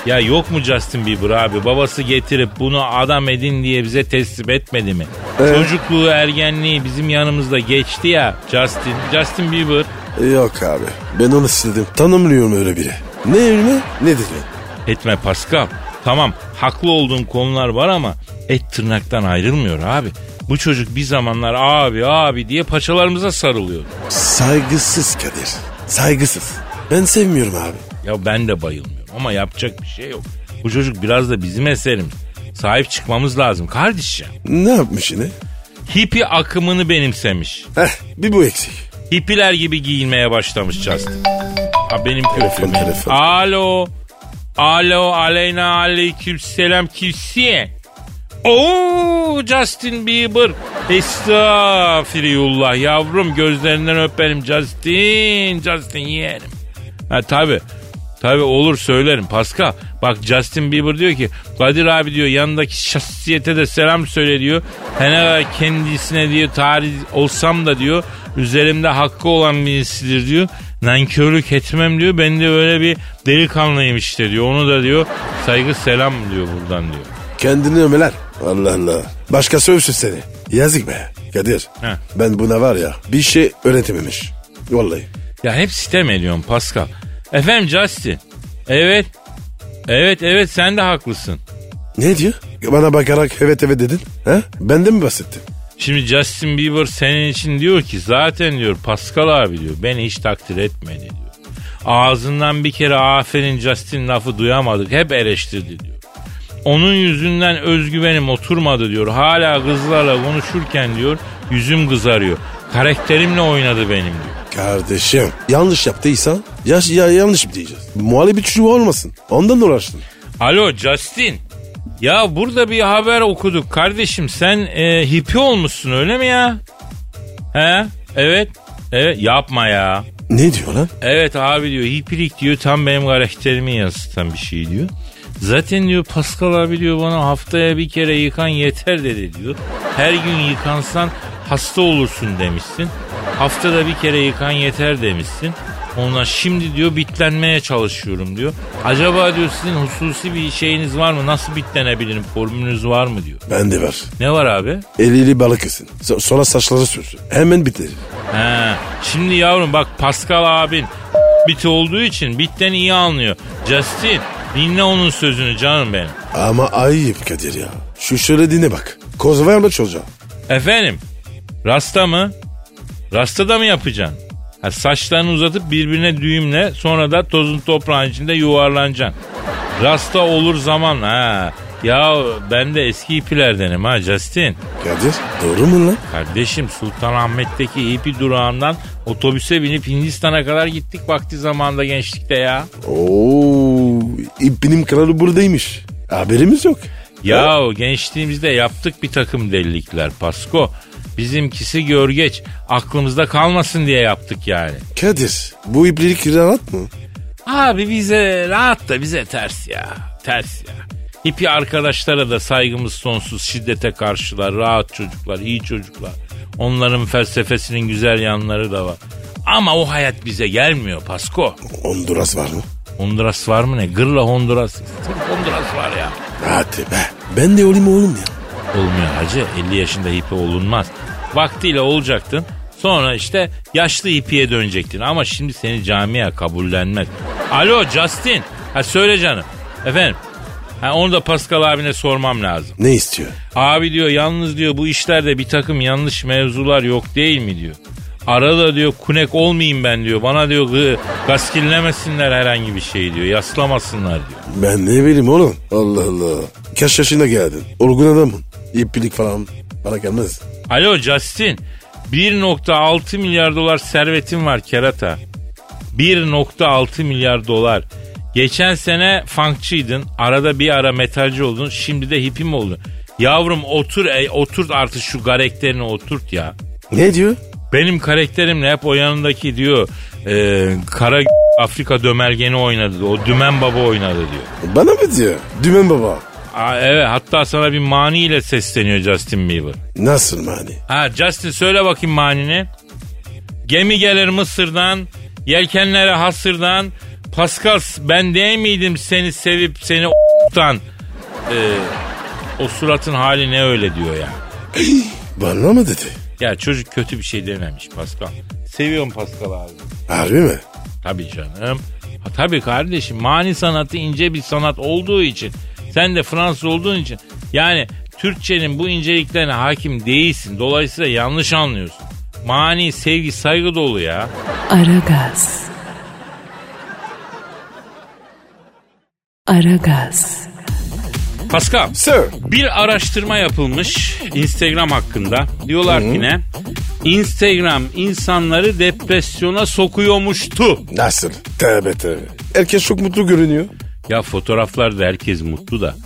S2: Ya yok mu Justin Bieber abi? Babası getirip bunu adam edin diye bize teslim etmedi mi?
S3: Evet.
S2: Çocukluğu, ergenliği bizim yanımızda geçti ya Justin. Justin Bieber.
S3: Yok abi. Ben onu istedim. Tanımlıyorum öyle biri. Ne ünlü ne dedi.
S2: Etme Pascal. Tamam haklı olduğum konular var ama et tırnaktan ayrılmıyor abi. Bu çocuk bir zamanlar abi abi diye paçalarımıza sarılıyor.
S3: Saygısız Kadir. Saygısız. Ben sevmiyorum abi.
S2: Ya ben de bayılmıyorum ama yapacak bir şey yok. Bu çocuk biraz da bizim eserimiz. Sahip çıkmamız lazım kardeşim.
S3: Ne yapmış yine?
S2: Hippi akımını benimsemiş.
S3: Heh bir bu eksik.
S2: Hippiler gibi giyinmeye başlamış Justin. Ha benim
S3: Telefon,
S2: kürküm. benim.
S3: telefon.
S2: Alo. Alo aleyna aleyküm selam kimsiye. Oo Justin Bieber. Estağfirullah yavrum gözlerinden öperim Justin. Justin yeğenim. Ha tabi. Tabi olur söylerim Pascal. Bak Justin Bieber diyor ki Kadir abi diyor yanındaki şahsiyete de selam söyle diyor. Her ne kadar kendisine diyor tarih olsam da diyor üzerimde hakkı olan birisidir diyor. Nankörlük etmem diyor. Ben de öyle bir delikanlıyım işte diyor. Onu da diyor saygı selam diyor buradan diyor.
S3: Kendini ömeler. Allah Allah. Başkası övsün seni. Yazık be. Kadir.
S2: Heh.
S3: Ben buna var ya bir şey öğretememiş. Vallahi.
S2: Ya hep sitem ediyorsun Pascal. Efendim Justin. Evet. Evet evet sen de haklısın.
S3: Ne diyor? Bana bakarak evet evet dedin. He? Ben de mi bahsettim?
S2: Şimdi Justin Bieber senin için diyor ki zaten diyor Pascal abi diyor beni hiç takdir etmedi diyor. Ağzından bir kere aferin Justin lafı duyamadık hep eleştirdi diyor. Onun yüzünden özgüvenim oturmadı diyor. Hala kızlarla konuşurken diyor yüzüm kızarıyor. Karakterimle oynadı benim diyor.
S3: Kardeşim yanlış yaptıysan ya, ya yanlış mı diyeceğiz? Muhalif bir çocuğu olmasın. Ondan uğraştın.
S2: Alo Justin. Ya burada bir haber okuduk kardeşim sen e, hippi olmuşsun öyle mi ya? He? Evet. Evet yapma ya.
S3: Ne diyor lan?
S2: Evet abi diyor hippilik diyor tam benim karakterimi yansıtan bir şey diyor. Zaten diyor Pascal abi diyor bana haftaya bir kere yıkan yeter dedi diyor. Her gün yıkansan hasta olursun demişsin. Haftada bir kere yıkan yeter demişsin. Ona şimdi diyor bitlenmeye çalışıyorum diyor. Acaba diyor sizin hususi bir şeyiniz var mı? Nasıl bitlenebilirim? Formülünüz var mı diyor.
S3: Ben de var.
S2: Ne var abi?
S3: Eliyle balık yesin. So- Sonra saçları sürsün. Hemen biter.
S2: He. Şimdi yavrum bak Pascal abin bit olduğu için bitten iyi anlıyor. Justin dinle onun sözünü canım benim.
S3: Ama ayıp Kadir ya. Şu söylediğine bak. Koz var mı çocuğa?
S2: Efendim rasta mı? Rasta da mı yapacaksın? Ha, saçlarını uzatıp birbirine düğümle sonra da tozun toprağın içinde yuvarlanacaksın. Rasta olur zaman ha. Ya ben de eski ipilerdenim ha Justin.
S3: Kadir doğru mu lan?
S2: Kardeşim Sultanahmet'teki ipi durağından otobüse binip Hindistan'a kadar gittik vakti zamanda gençlikte ya.
S3: Oo, ipinin kralı buradaymış. Haberimiz yok.
S2: Ya gençliğimizde yaptık bir takım delilikler Pasko. Bizimkisi görgeç. Aklımızda kalmasın diye yaptık yani.
S3: Kadir bu iplilik rahat mı?
S2: Abi bize rahat da bize ters ya. Ters ya. Hipi arkadaşlara da saygımız sonsuz. Şiddete karşılar. Rahat çocuklar, iyi çocuklar. Onların felsefesinin güzel yanları da var. Ama o hayat bize gelmiyor Pasko.
S3: Honduras var mı?
S2: Honduras var mı ne? Gırla Honduras. Sırf Honduras var ya.
S3: Hadi be. Ben de olayım oğlum ya.
S2: Olmuyor hacı. 50 yaşında hipi olunmaz. Vaktiyle olacaktın. Sonra işte yaşlı hipiye dönecektin. Ama şimdi seni camiye kabullenmez. Alo Justin. Ha söyle canım. Efendim. Ha onu da Pascal abine sormam lazım.
S3: Ne istiyor?
S2: Abi diyor yalnız diyor bu işlerde bir takım yanlış mevzular yok değil mi diyor. Arada diyor kunek olmayayım ben diyor. Bana diyor gı- gaskillemesinler herhangi bir şey diyor. Yaslamasınlar diyor.
S3: Ben ne bileyim oğlum. Allah Allah. Kaç yaşına geldin? Olgun adamın. İplilik falan bana gelmez.
S2: Alo Justin. 1.6 milyar dolar servetim var kerata. 1.6 milyar dolar. Geçen sene funkçıydın. Arada bir ara metalci oldun. Şimdi de hippie mi oldun? Yavrum otur ey, oturt artık şu karakterini oturt ya.
S3: Ne diyor?
S2: Benim karakterimle hep o yanındaki diyor e, kara Afrika dömergeni oynadı. diyor. O dümen baba oynadı diyor.
S3: Bana mı diyor? Dümen baba.
S2: Aa, evet hatta sana bir maniyle sesleniyor Justin Bieber.
S3: Nasıl mani?
S2: Ha Justin söyle bakayım manini. Gemi gelir Mısır'dan, yelkenlere hasırdan. Pascal ben değil miydim seni sevip seni o**tan? Ee, o suratın hali ne öyle diyor ya.
S3: Bana mı dedi?
S2: Ya çocuk kötü bir şey dememiş Pascal. Seviyorum Pascal abi.
S3: Harbi mi?
S2: Tabii canım. Ha, tabii kardeşim mani sanatı ince bir sanat olduğu için sen de Fransız olduğun için yani Türkçenin bu inceliklerine hakim değilsin. Dolayısıyla yanlış anlıyorsun. Mani sevgi saygı dolu ya.
S1: Aragaz. Aragaz.
S2: Pascal
S3: Sir.
S2: bir araştırma yapılmış Instagram hakkında. Diyorlar ki ne? Instagram insanları depresyona sokuyormuştu.
S3: Nasıl? Tövbe tövbe. Herkes çok mutlu görünüyor.
S2: Ya fotoğraflarda herkes mutlu da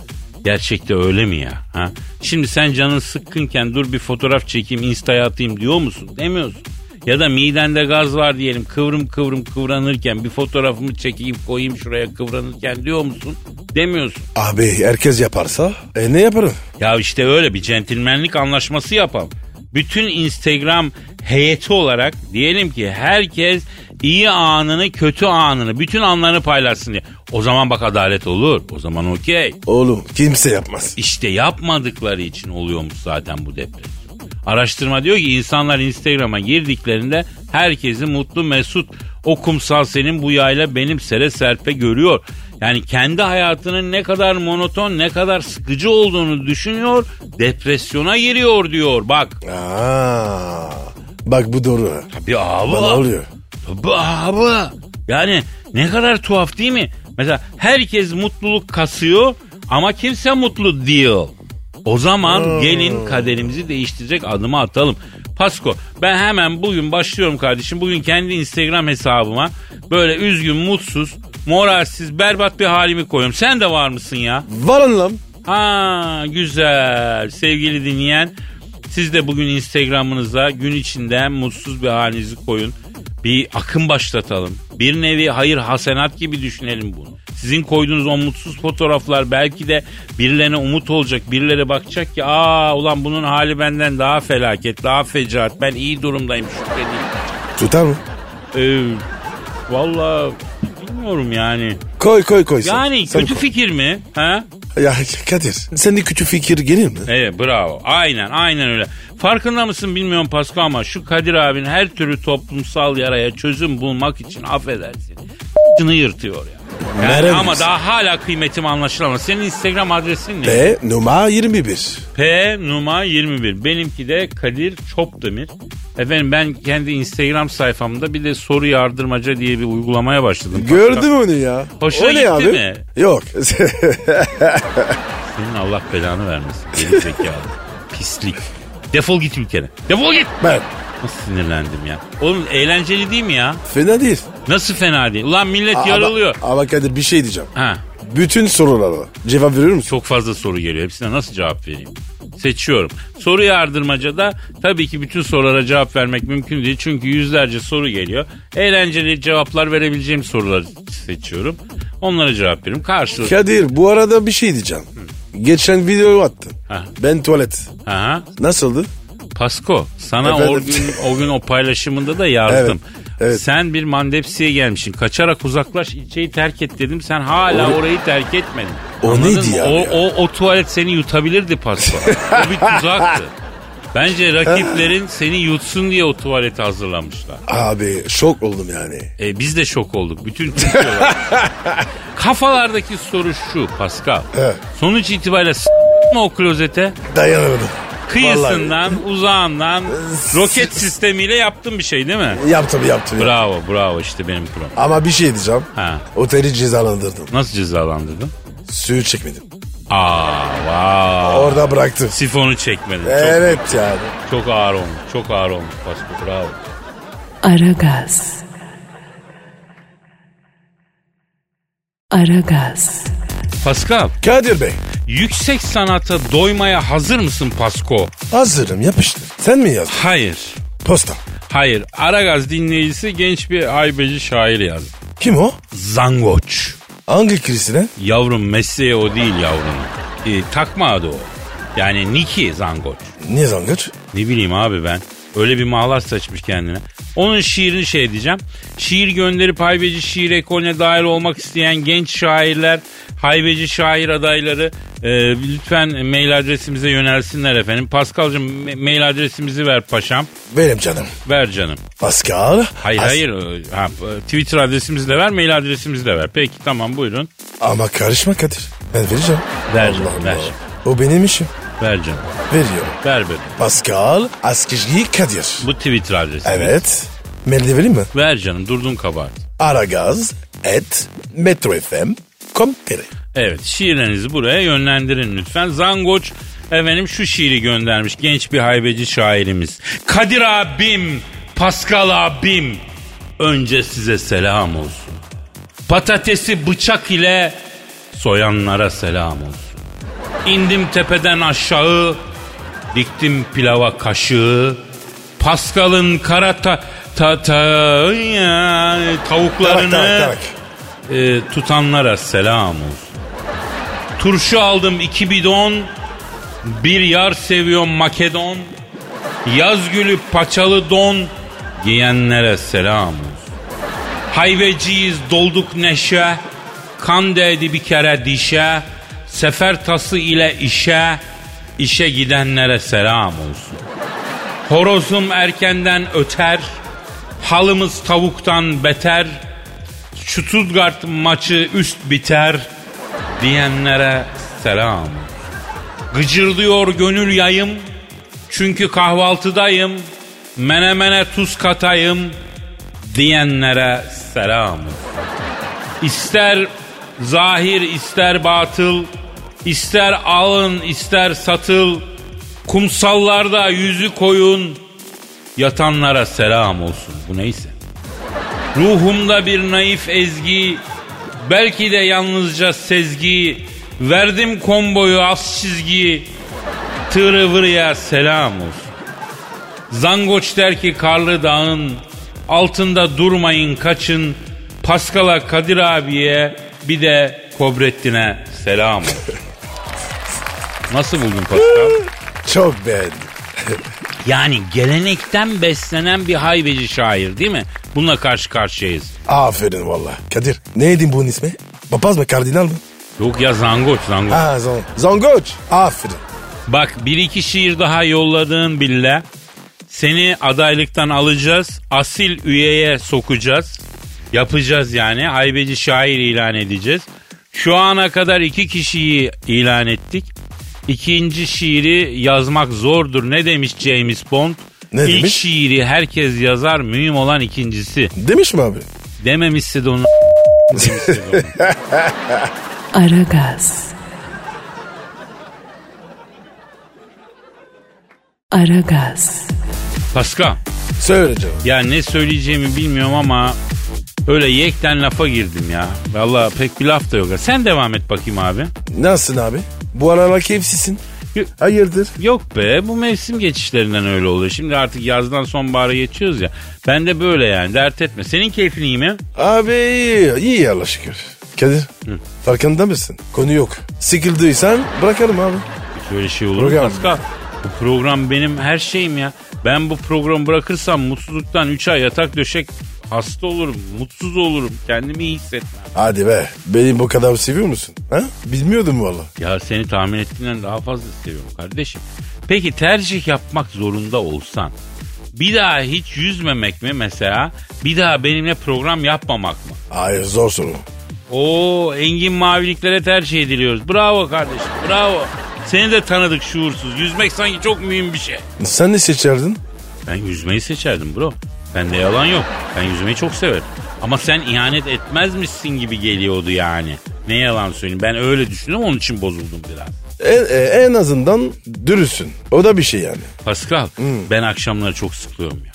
S2: gerçekte öyle mi ya? Ha? Şimdi sen canın sıkkınken dur bir fotoğraf çekeyim instaya atayım diyor musun? Demiyorsun. Ya da midende gaz var diyelim kıvrım kıvrım kıvranırken bir fotoğrafımı çekeyim koyayım şuraya kıvranırken diyor musun? Demiyorsun.
S3: Abi herkes yaparsa e ne yaparım?
S2: Ya işte öyle bir centilmenlik anlaşması yapalım. Bütün Instagram heyeti olarak diyelim ki herkes iyi anını kötü anını bütün anlarını paylaşsın diye. O zaman bak adalet olur. O zaman okey.
S3: Oğlum kimse yapmaz.
S2: İşte yapmadıkları için oluyormuş zaten bu depresyon. Araştırma diyor ki insanlar Instagram'a girdiklerinde herkesi mutlu mesut o kumsal senin bu yayla benim sere serpe görüyor. Yani kendi hayatının ne kadar monoton ne kadar sıkıcı olduğunu düşünüyor depresyona giriyor diyor bak.
S3: Aa, bak bu doğru. ha.
S2: Bir abi.
S3: Bana oluyor.
S2: Bu abi. Yani ne kadar tuhaf değil mi? Mesela herkes mutluluk kasıyor ama kimse mutlu değil. O zaman gelin kaderimizi değiştirecek adımı atalım. Pasko ben hemen bugün başlıyorum kardeşim. Bugün kendi Instagram hesabıma böyle üzgün, mutsuz, moralsiz, berbat bir halimi koyuyorum. Sen de var mısın ya?
S3: Varın lan.
S2: Ha güzel. Sevgili dinleyen siz de bugün Instagram'ınıza gün içinde mutsuz bir halinizi koyun. Bir akım başlatalım. Bir nevi hayır hasenat gibi düşünelim bunu. Sizin koyduğunuz o mutsuz fotoğraflar belki de birilerine umut olacak. Birileri bakacak ki aa ulan bunun hali benden daha felaket, daha fecaat. Ben iyi durumdayım şükredeyim.
S3: Tutar mı?
S2: Ee, Valla bilmiyorum yani.
S3: Koy koy koy. sen.
S2: Yani
S3: Sen
S2: kötü
S3: koy.
S2: fikir mi? Ha?
S3: Ya Kadir sen de kötü fikir gelir mi?
S2: Evet bravo. Aynen aynen öyle. Farkında mısın bilmiyorum Pasko ama şu Kadir abin her türlü toplumsal yaraya çözüm bulmak için affedersin. ...***'ını yırtıyor ya. Yani
S3: Nereniz?
S2: ama daha hala kıymetim anlaşılamaz. Senin Instagram adresin ne?
S3: Ve numara 21.
S2: P Numa 21. Benimki de Kadir Çopdemir. Efendim ben kendi Instagram sayfamda bir de soru yardırmaca diye bir uygulamaya başladım.
S3: Gördüm onu ya.
S2: Hoşuna
S3: o ne
S2: gitti
S3: abi?
S2: mi?
S3: Yok.
S2: Senin Allah belanı vermesin. Geri zekalı. Pislik. Defol git ülkene. Defol git.
S3: ben.
S2: Nasıl sinirlendim ya. Oğlum eğlenceli değil mi ya?
S3: Fena değil.
S2: Nasıl fena değil? Ulan millet
S3: Ama-
S2: yaralıyor.
S3: Ama Kadir bir şey diyeceğim.
S2: Ha,
S3: Bütün sorulara cevap veriyor musun?
S2: çok fazla soru geliyor. Hepsine nasıl cevap vereyim? Seçiyorum. Soru yardırmacada tabii ki bütün sorulara cevap vermek mümkün değil. Çünkü yüzlerce soru geliyor. Eğlenceli cevaplar verebileceğim soruları seçiyorum. Onlara cevap veriyorum. Karşılık.
S3: Kadir bu arada bir şey diyeceğim. Geçen videoyu attın.
S2: Ha.
S3: Ben tuvalet.
S2: Aha.
S3: Nasıldı?
S2: Pasko sana
S3: Efendim?
S2: o gün, o gün o paylaşımında da yardım.
S3: Evet, evet.
S2: Sen bir mandepsiye gelmişsin. Kaçarak uzaklaş ilçeyi terk et dedim. Sen hala orayı terk etmedin.
S3: O
S2: Anladın
S3: neydi
S2: mı?
S3: ya?
S2: O,
S3: Ya.
S2: o, o tuvalet seni yutabilirdi Pasko. o bir tuzaktı. Bence rakiplerin seni yutsun diye o tuvaleti hazırlamışlar.
S3: Abi şok oldum yani.
S2: E, biz de şok olduk. Bütün Türkiye olarak. Kafalardaki soru şu Pascal.
S3: Evet.
S2: Sonuç itibariyle s*** mı o klozete?
S3: Dayanamadım.
S2: Kıyısından, uzağından roket sistemiyle yaptın bir şey değil mi?
S3: Yaptım yaptım.
S2: Bravo, bravo işte benim prom.
S3: Ama bir şey diyeceğim.
S2: Ha.
S3: Oteli cezalandırdım.
S2: Nasıl cezalandırdın?
S3: Suyu çekmedim.
S2: Aa, wow.
S3: Orada bıraktım.
S2: Sifonu çekmedin.
S3: Evet yani.
S2: Çok, çok ağır olmuş. Çok ağır olmuş Pasko. Bravo.
S1: Aragaz. Aragaz.
S2: Pascal,
S3: Kadir Bey
S2: yüksek sanata doymaya hazır mısın Pasko?
S3: hazırım yapıştır. Sen mi yazdın?
S2: Hayır.
S3: Posta.
S2: Hayır. Aragaz dinleyicisi genç bir aybeci şair yazdı.
S3: Kim o?
S2: Zangoç.
S3: Hangi kirisine?
S2: Yavrum mesleği o değil yavrum. Ee, takma adı o. Yani Niki Zangoç.
S3: Niye zangır?
S2: Ne bileyim abi ben. Öyle bir mahlar saçmış kendine. Onun şiirini şey diyeceğim. Şiir gönderip haybeci şiir ekolüne dahil olmak isteyen genç şairler, haybeci şair adayları e, lütfen mail adresimize yönelsinler efendim. Paskal'cığım me- mail adresimizi ver paşam.
S3: Benim canım.
S2: Ver canım.
S3: Pascal.
S2: Hayır
S3: As-
S2: hayır. e, Ha, e, Twitter adresimizi de ver, mail adresimizi de ver. Peki tamam buyurun.
S3: Ama karışma Kadir. Ben vereceğim.
S2: Ver canım, ver.
S3: O benim işim.
S2: Ver canım.
S3: Veriyorum.
S2: Ver bebeğim.
S3: Pascal Askizgi Kadir.
S2: Bu Twitter adresi.
S3: Evet. Mail de vereyim mi?
S2: Ver canım durdun kabahat.
S3: Aragaz et metrofm.com.tr
S2: Evet şiirlerinizi buraya yönlendirin lütfen. Zangoç efendim şu şiiri göndermiş genç bir haybeci şairimiz. Kadir abim, Pascal abim önce size selam olsun. Patatesi bıçak ile soyanlara selam olsun. İndim tepeden aşağı, diktim pilava kaşığı. Pascal'ın kara ta, ta, ta, ya, tavuklarını
S3: Tarak tarak tarak.
S2: e, tutanlara selam olsun. Turşu aldım iki bidon, bir yar seviyorum Makedon, yaz gülü paçalı don, giyenlere selam olsun. Hayveciyiz dolduk neşe, kan değdi bir kere dişe, sefer tası ile işe, işe gidenlere selam olsun. Horozum erkenden öter, halımız tavuktan beter, Stuttgart maçı üst biter diyenlere selam. Gıcırdıyor gönül yayım çünkü kahvaltıdayım menemene tuz katayım diyenlere selam. İster zahir ister batıl ister alın ister satıl kumsallarda yüzü koyun yatanlara selam olsun bu neyse. Ruhumda bir naif ezgi, belki de yalnızca sezgi, verdim komboyu az çizgi, tırı vırıya selam olsun. Zangoç der ki karlı dağın, altında durmayın kaçın, Paskal'a Kadir abiye bir de Kobrettin'e selam olsun. Nasıl buldun Paskal?
S3: Çok beğendim.
S2: Yani gelenekten beslenen bir haybeci şair değil mi? Bununla karşı karşıyayız.
S3: Aferin valla. Kadir neydi bunun ismi? Papaz mı kardinal mı?
S2: Yok ya zangoç zangoç.
S3: Ha zon. Zongoç. Aferin.
S2: Bak bir iki şiir daha yolladığın bille seni adaylıktan alacağız. Asil üyeye sokacağız. Yapacağız yani. Haybeci şair ilan edeceğiz. Şu ana kadar iki kişiyi ilan ettik. İkinci şiiri yazmak zordur. Ne demiş James Bond?
S3: Ne
S2: İlk
S3: demiş?
S2: şiiri herkes yazar. Mühim olan ikincisi.
S3: Demiş mi abi?
S2: Dememişse de onu
S1: Aragaz. Aragaz.
S2: Paska.
S3: Söyle canım.
S2: Ya ne söyleyeceğimi bilmiyorum ama öyle yekten lafa girdim ya. Valla pek bir laf da yok. Sen devam et bakayım abi.
S3: Nasılsın abi? Bu aralar keyifsizsin. Hayırdır?
S2: Yok be bu mevsim geçişlerinden öyle oluyor. Şimdi artık yazdan sonbahara geçiyoruz ya. Ben de böyle yani dert etme. Senin keyfin iyi mi?
S3: Abi iyi, iyi Allah şükür. Kadir farkında mısın? Konu yok. Sıkıldıysan bırakalım abi.
S2: Böyle şey olur mu
S3: Program.
S2: Pascal? Bu program benim her şeyim ya. Ben bu programı bırakırsam mutsuzluktan 3 ay yatak döşek hasta olurum. Mutsuz olurum. Kendimi iyi hissetmem.
S3: Hadi be. Beni bu kadar seviyor musun? Ha? Bilmiyordum valla.
S2: Ya seni tahmin ettiğinden daha fazla seviyorum kardeşim. Peki tercih yapmak zorunda olsan bir daha hiç yüzmemek mi mesela? Bir daha benimle program yapmamak mı?
S3: Hayır zor soru.
S2: Oo engin maviliklere tercih ediliyoruz. Bravo kardeşim bravo. Seni de tanıdık şuursuz. Yüzmek sanki çok mühim bir şey.
S3: Sen ne seçerdin?
S2: Ben yüzmeyi seçerdim bro. Bende yalan yok. Ben yüzmeyi çok severim. Ama sen ihanet etmezmişsin gibi geliyordu yani. Ne yalan söyleyeyim. Ben öyle düşündüm onun için bozuldum biraz.
S3: En, e, en azından dürüstsün. O da bir şey yani.
S2: Pascal
S3: Hmm.
S2: ben akşamları çok sıkılıyorum ya.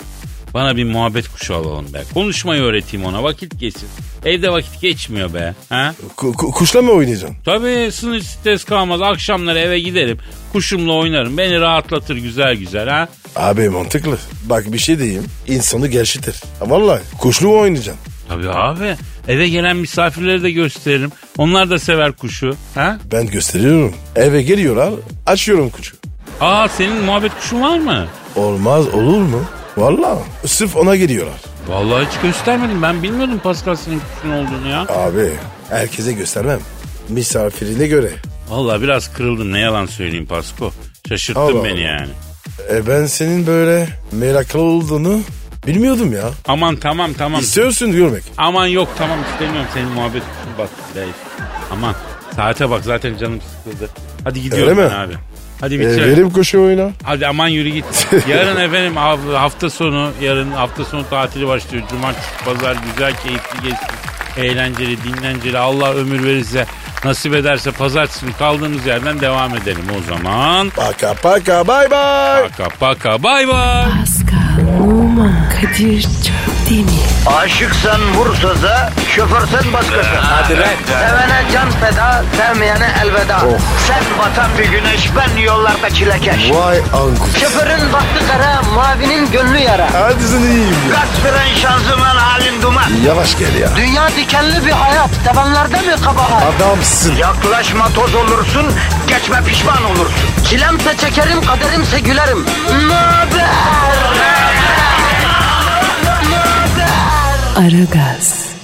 S2: Bana bir muhabbet kuşu alalım be. Konuşmayı öğreteyim ona vakit geçsin. Evde vakit geçmiyor be. Ha?
S3: Ku- ku- kuşla mı oynayacaksın?
S2: Tabii sınır stres kalmaz. Akşamları eve giderim. Kuşumla oynarım. Beni rahatlatır güzel güzel ha.
S3: Abi mantıklı. Bak bir şey diyeyim. İnsanı gerçitir. Ha, Vallahi kuşlu mu oynayacaksın?
S2: Tabii abi. Eve gelen misafirlere de gösteririm. Onlar da sever kuşu. Ha?
S3: Ben gösteriyorum. Eve geliyorlar. Açıyorum kuşu.
S2: Aa senin muhabbet kuşun var mı?
S3: Olmaz olur mu? Vallahi sırf ona geliyorlar.
S2: Vallahi hiç göstermedim. Ben bilmiyordum Pascal senin kuşun olduğunu ya.
S3: Abi herkese göstermem. Misafirine göre.
S2: Vallahi biraz kırıldım. Ne yalan söyleyeyim Pasko. Şaşırttın
S3: Allah
S2: beni
S3: Allah.
S2: yani.
S3: E ben senin böyle meraklı olduğunu bilmiyordum ya.
S2: Aman tamam tamam.
S3: İstiyorsun görmek. E,
S2: Aman yok tamam istemiyorum senin muhabbet kuşun bak. Değil. Aman saate bak zaten canım sıkıldı. Hadi gidiyorum
S3: Öyle mi?
S2: ben abi. Hadi
S3: E,
S2: bitirelim.
S3: verim koşu oyna.
S2: Hadi aman yürü git. Yarın efendim ha- hafta sonu, yarın hafta sonu tatili başlıyor. Cumartesi, pazar güzel, keyifli geçsin. Eğlenceli, dinlenceli. Allah ömür verirse, nasip ederse pazartesi günü kaldığımız yerden devam edelim o zaman.
S3: Paka paka bay bay.
S2: Paka paka bay bay.
S1: Pascal, Oman, Kadir çok değil mi?
S6: Aşıksan vursa da, şoförsen başkasın. Hadi Sevene can feda, sevmeyene elveda. Sen batan bir güneş, ben yollarda çilekeş.
S3: Vay anku.
S6: Şoförün baktı kara, mavinin gönlü yara.
S3: Hadi sen iyiyim ya.
S6: Kasperen şanzıman halin duman.
S3: Yavaş gel ya.
S6: Dünya dikenli bir hayat, sevenlerde mi kabahar?
S3: Adamsın.
S6: Yaklaşma toz olursun, geçme pişman olursun. Çilemse çekerim, kaderimse gülerim. Möber!
S1: Aragaz.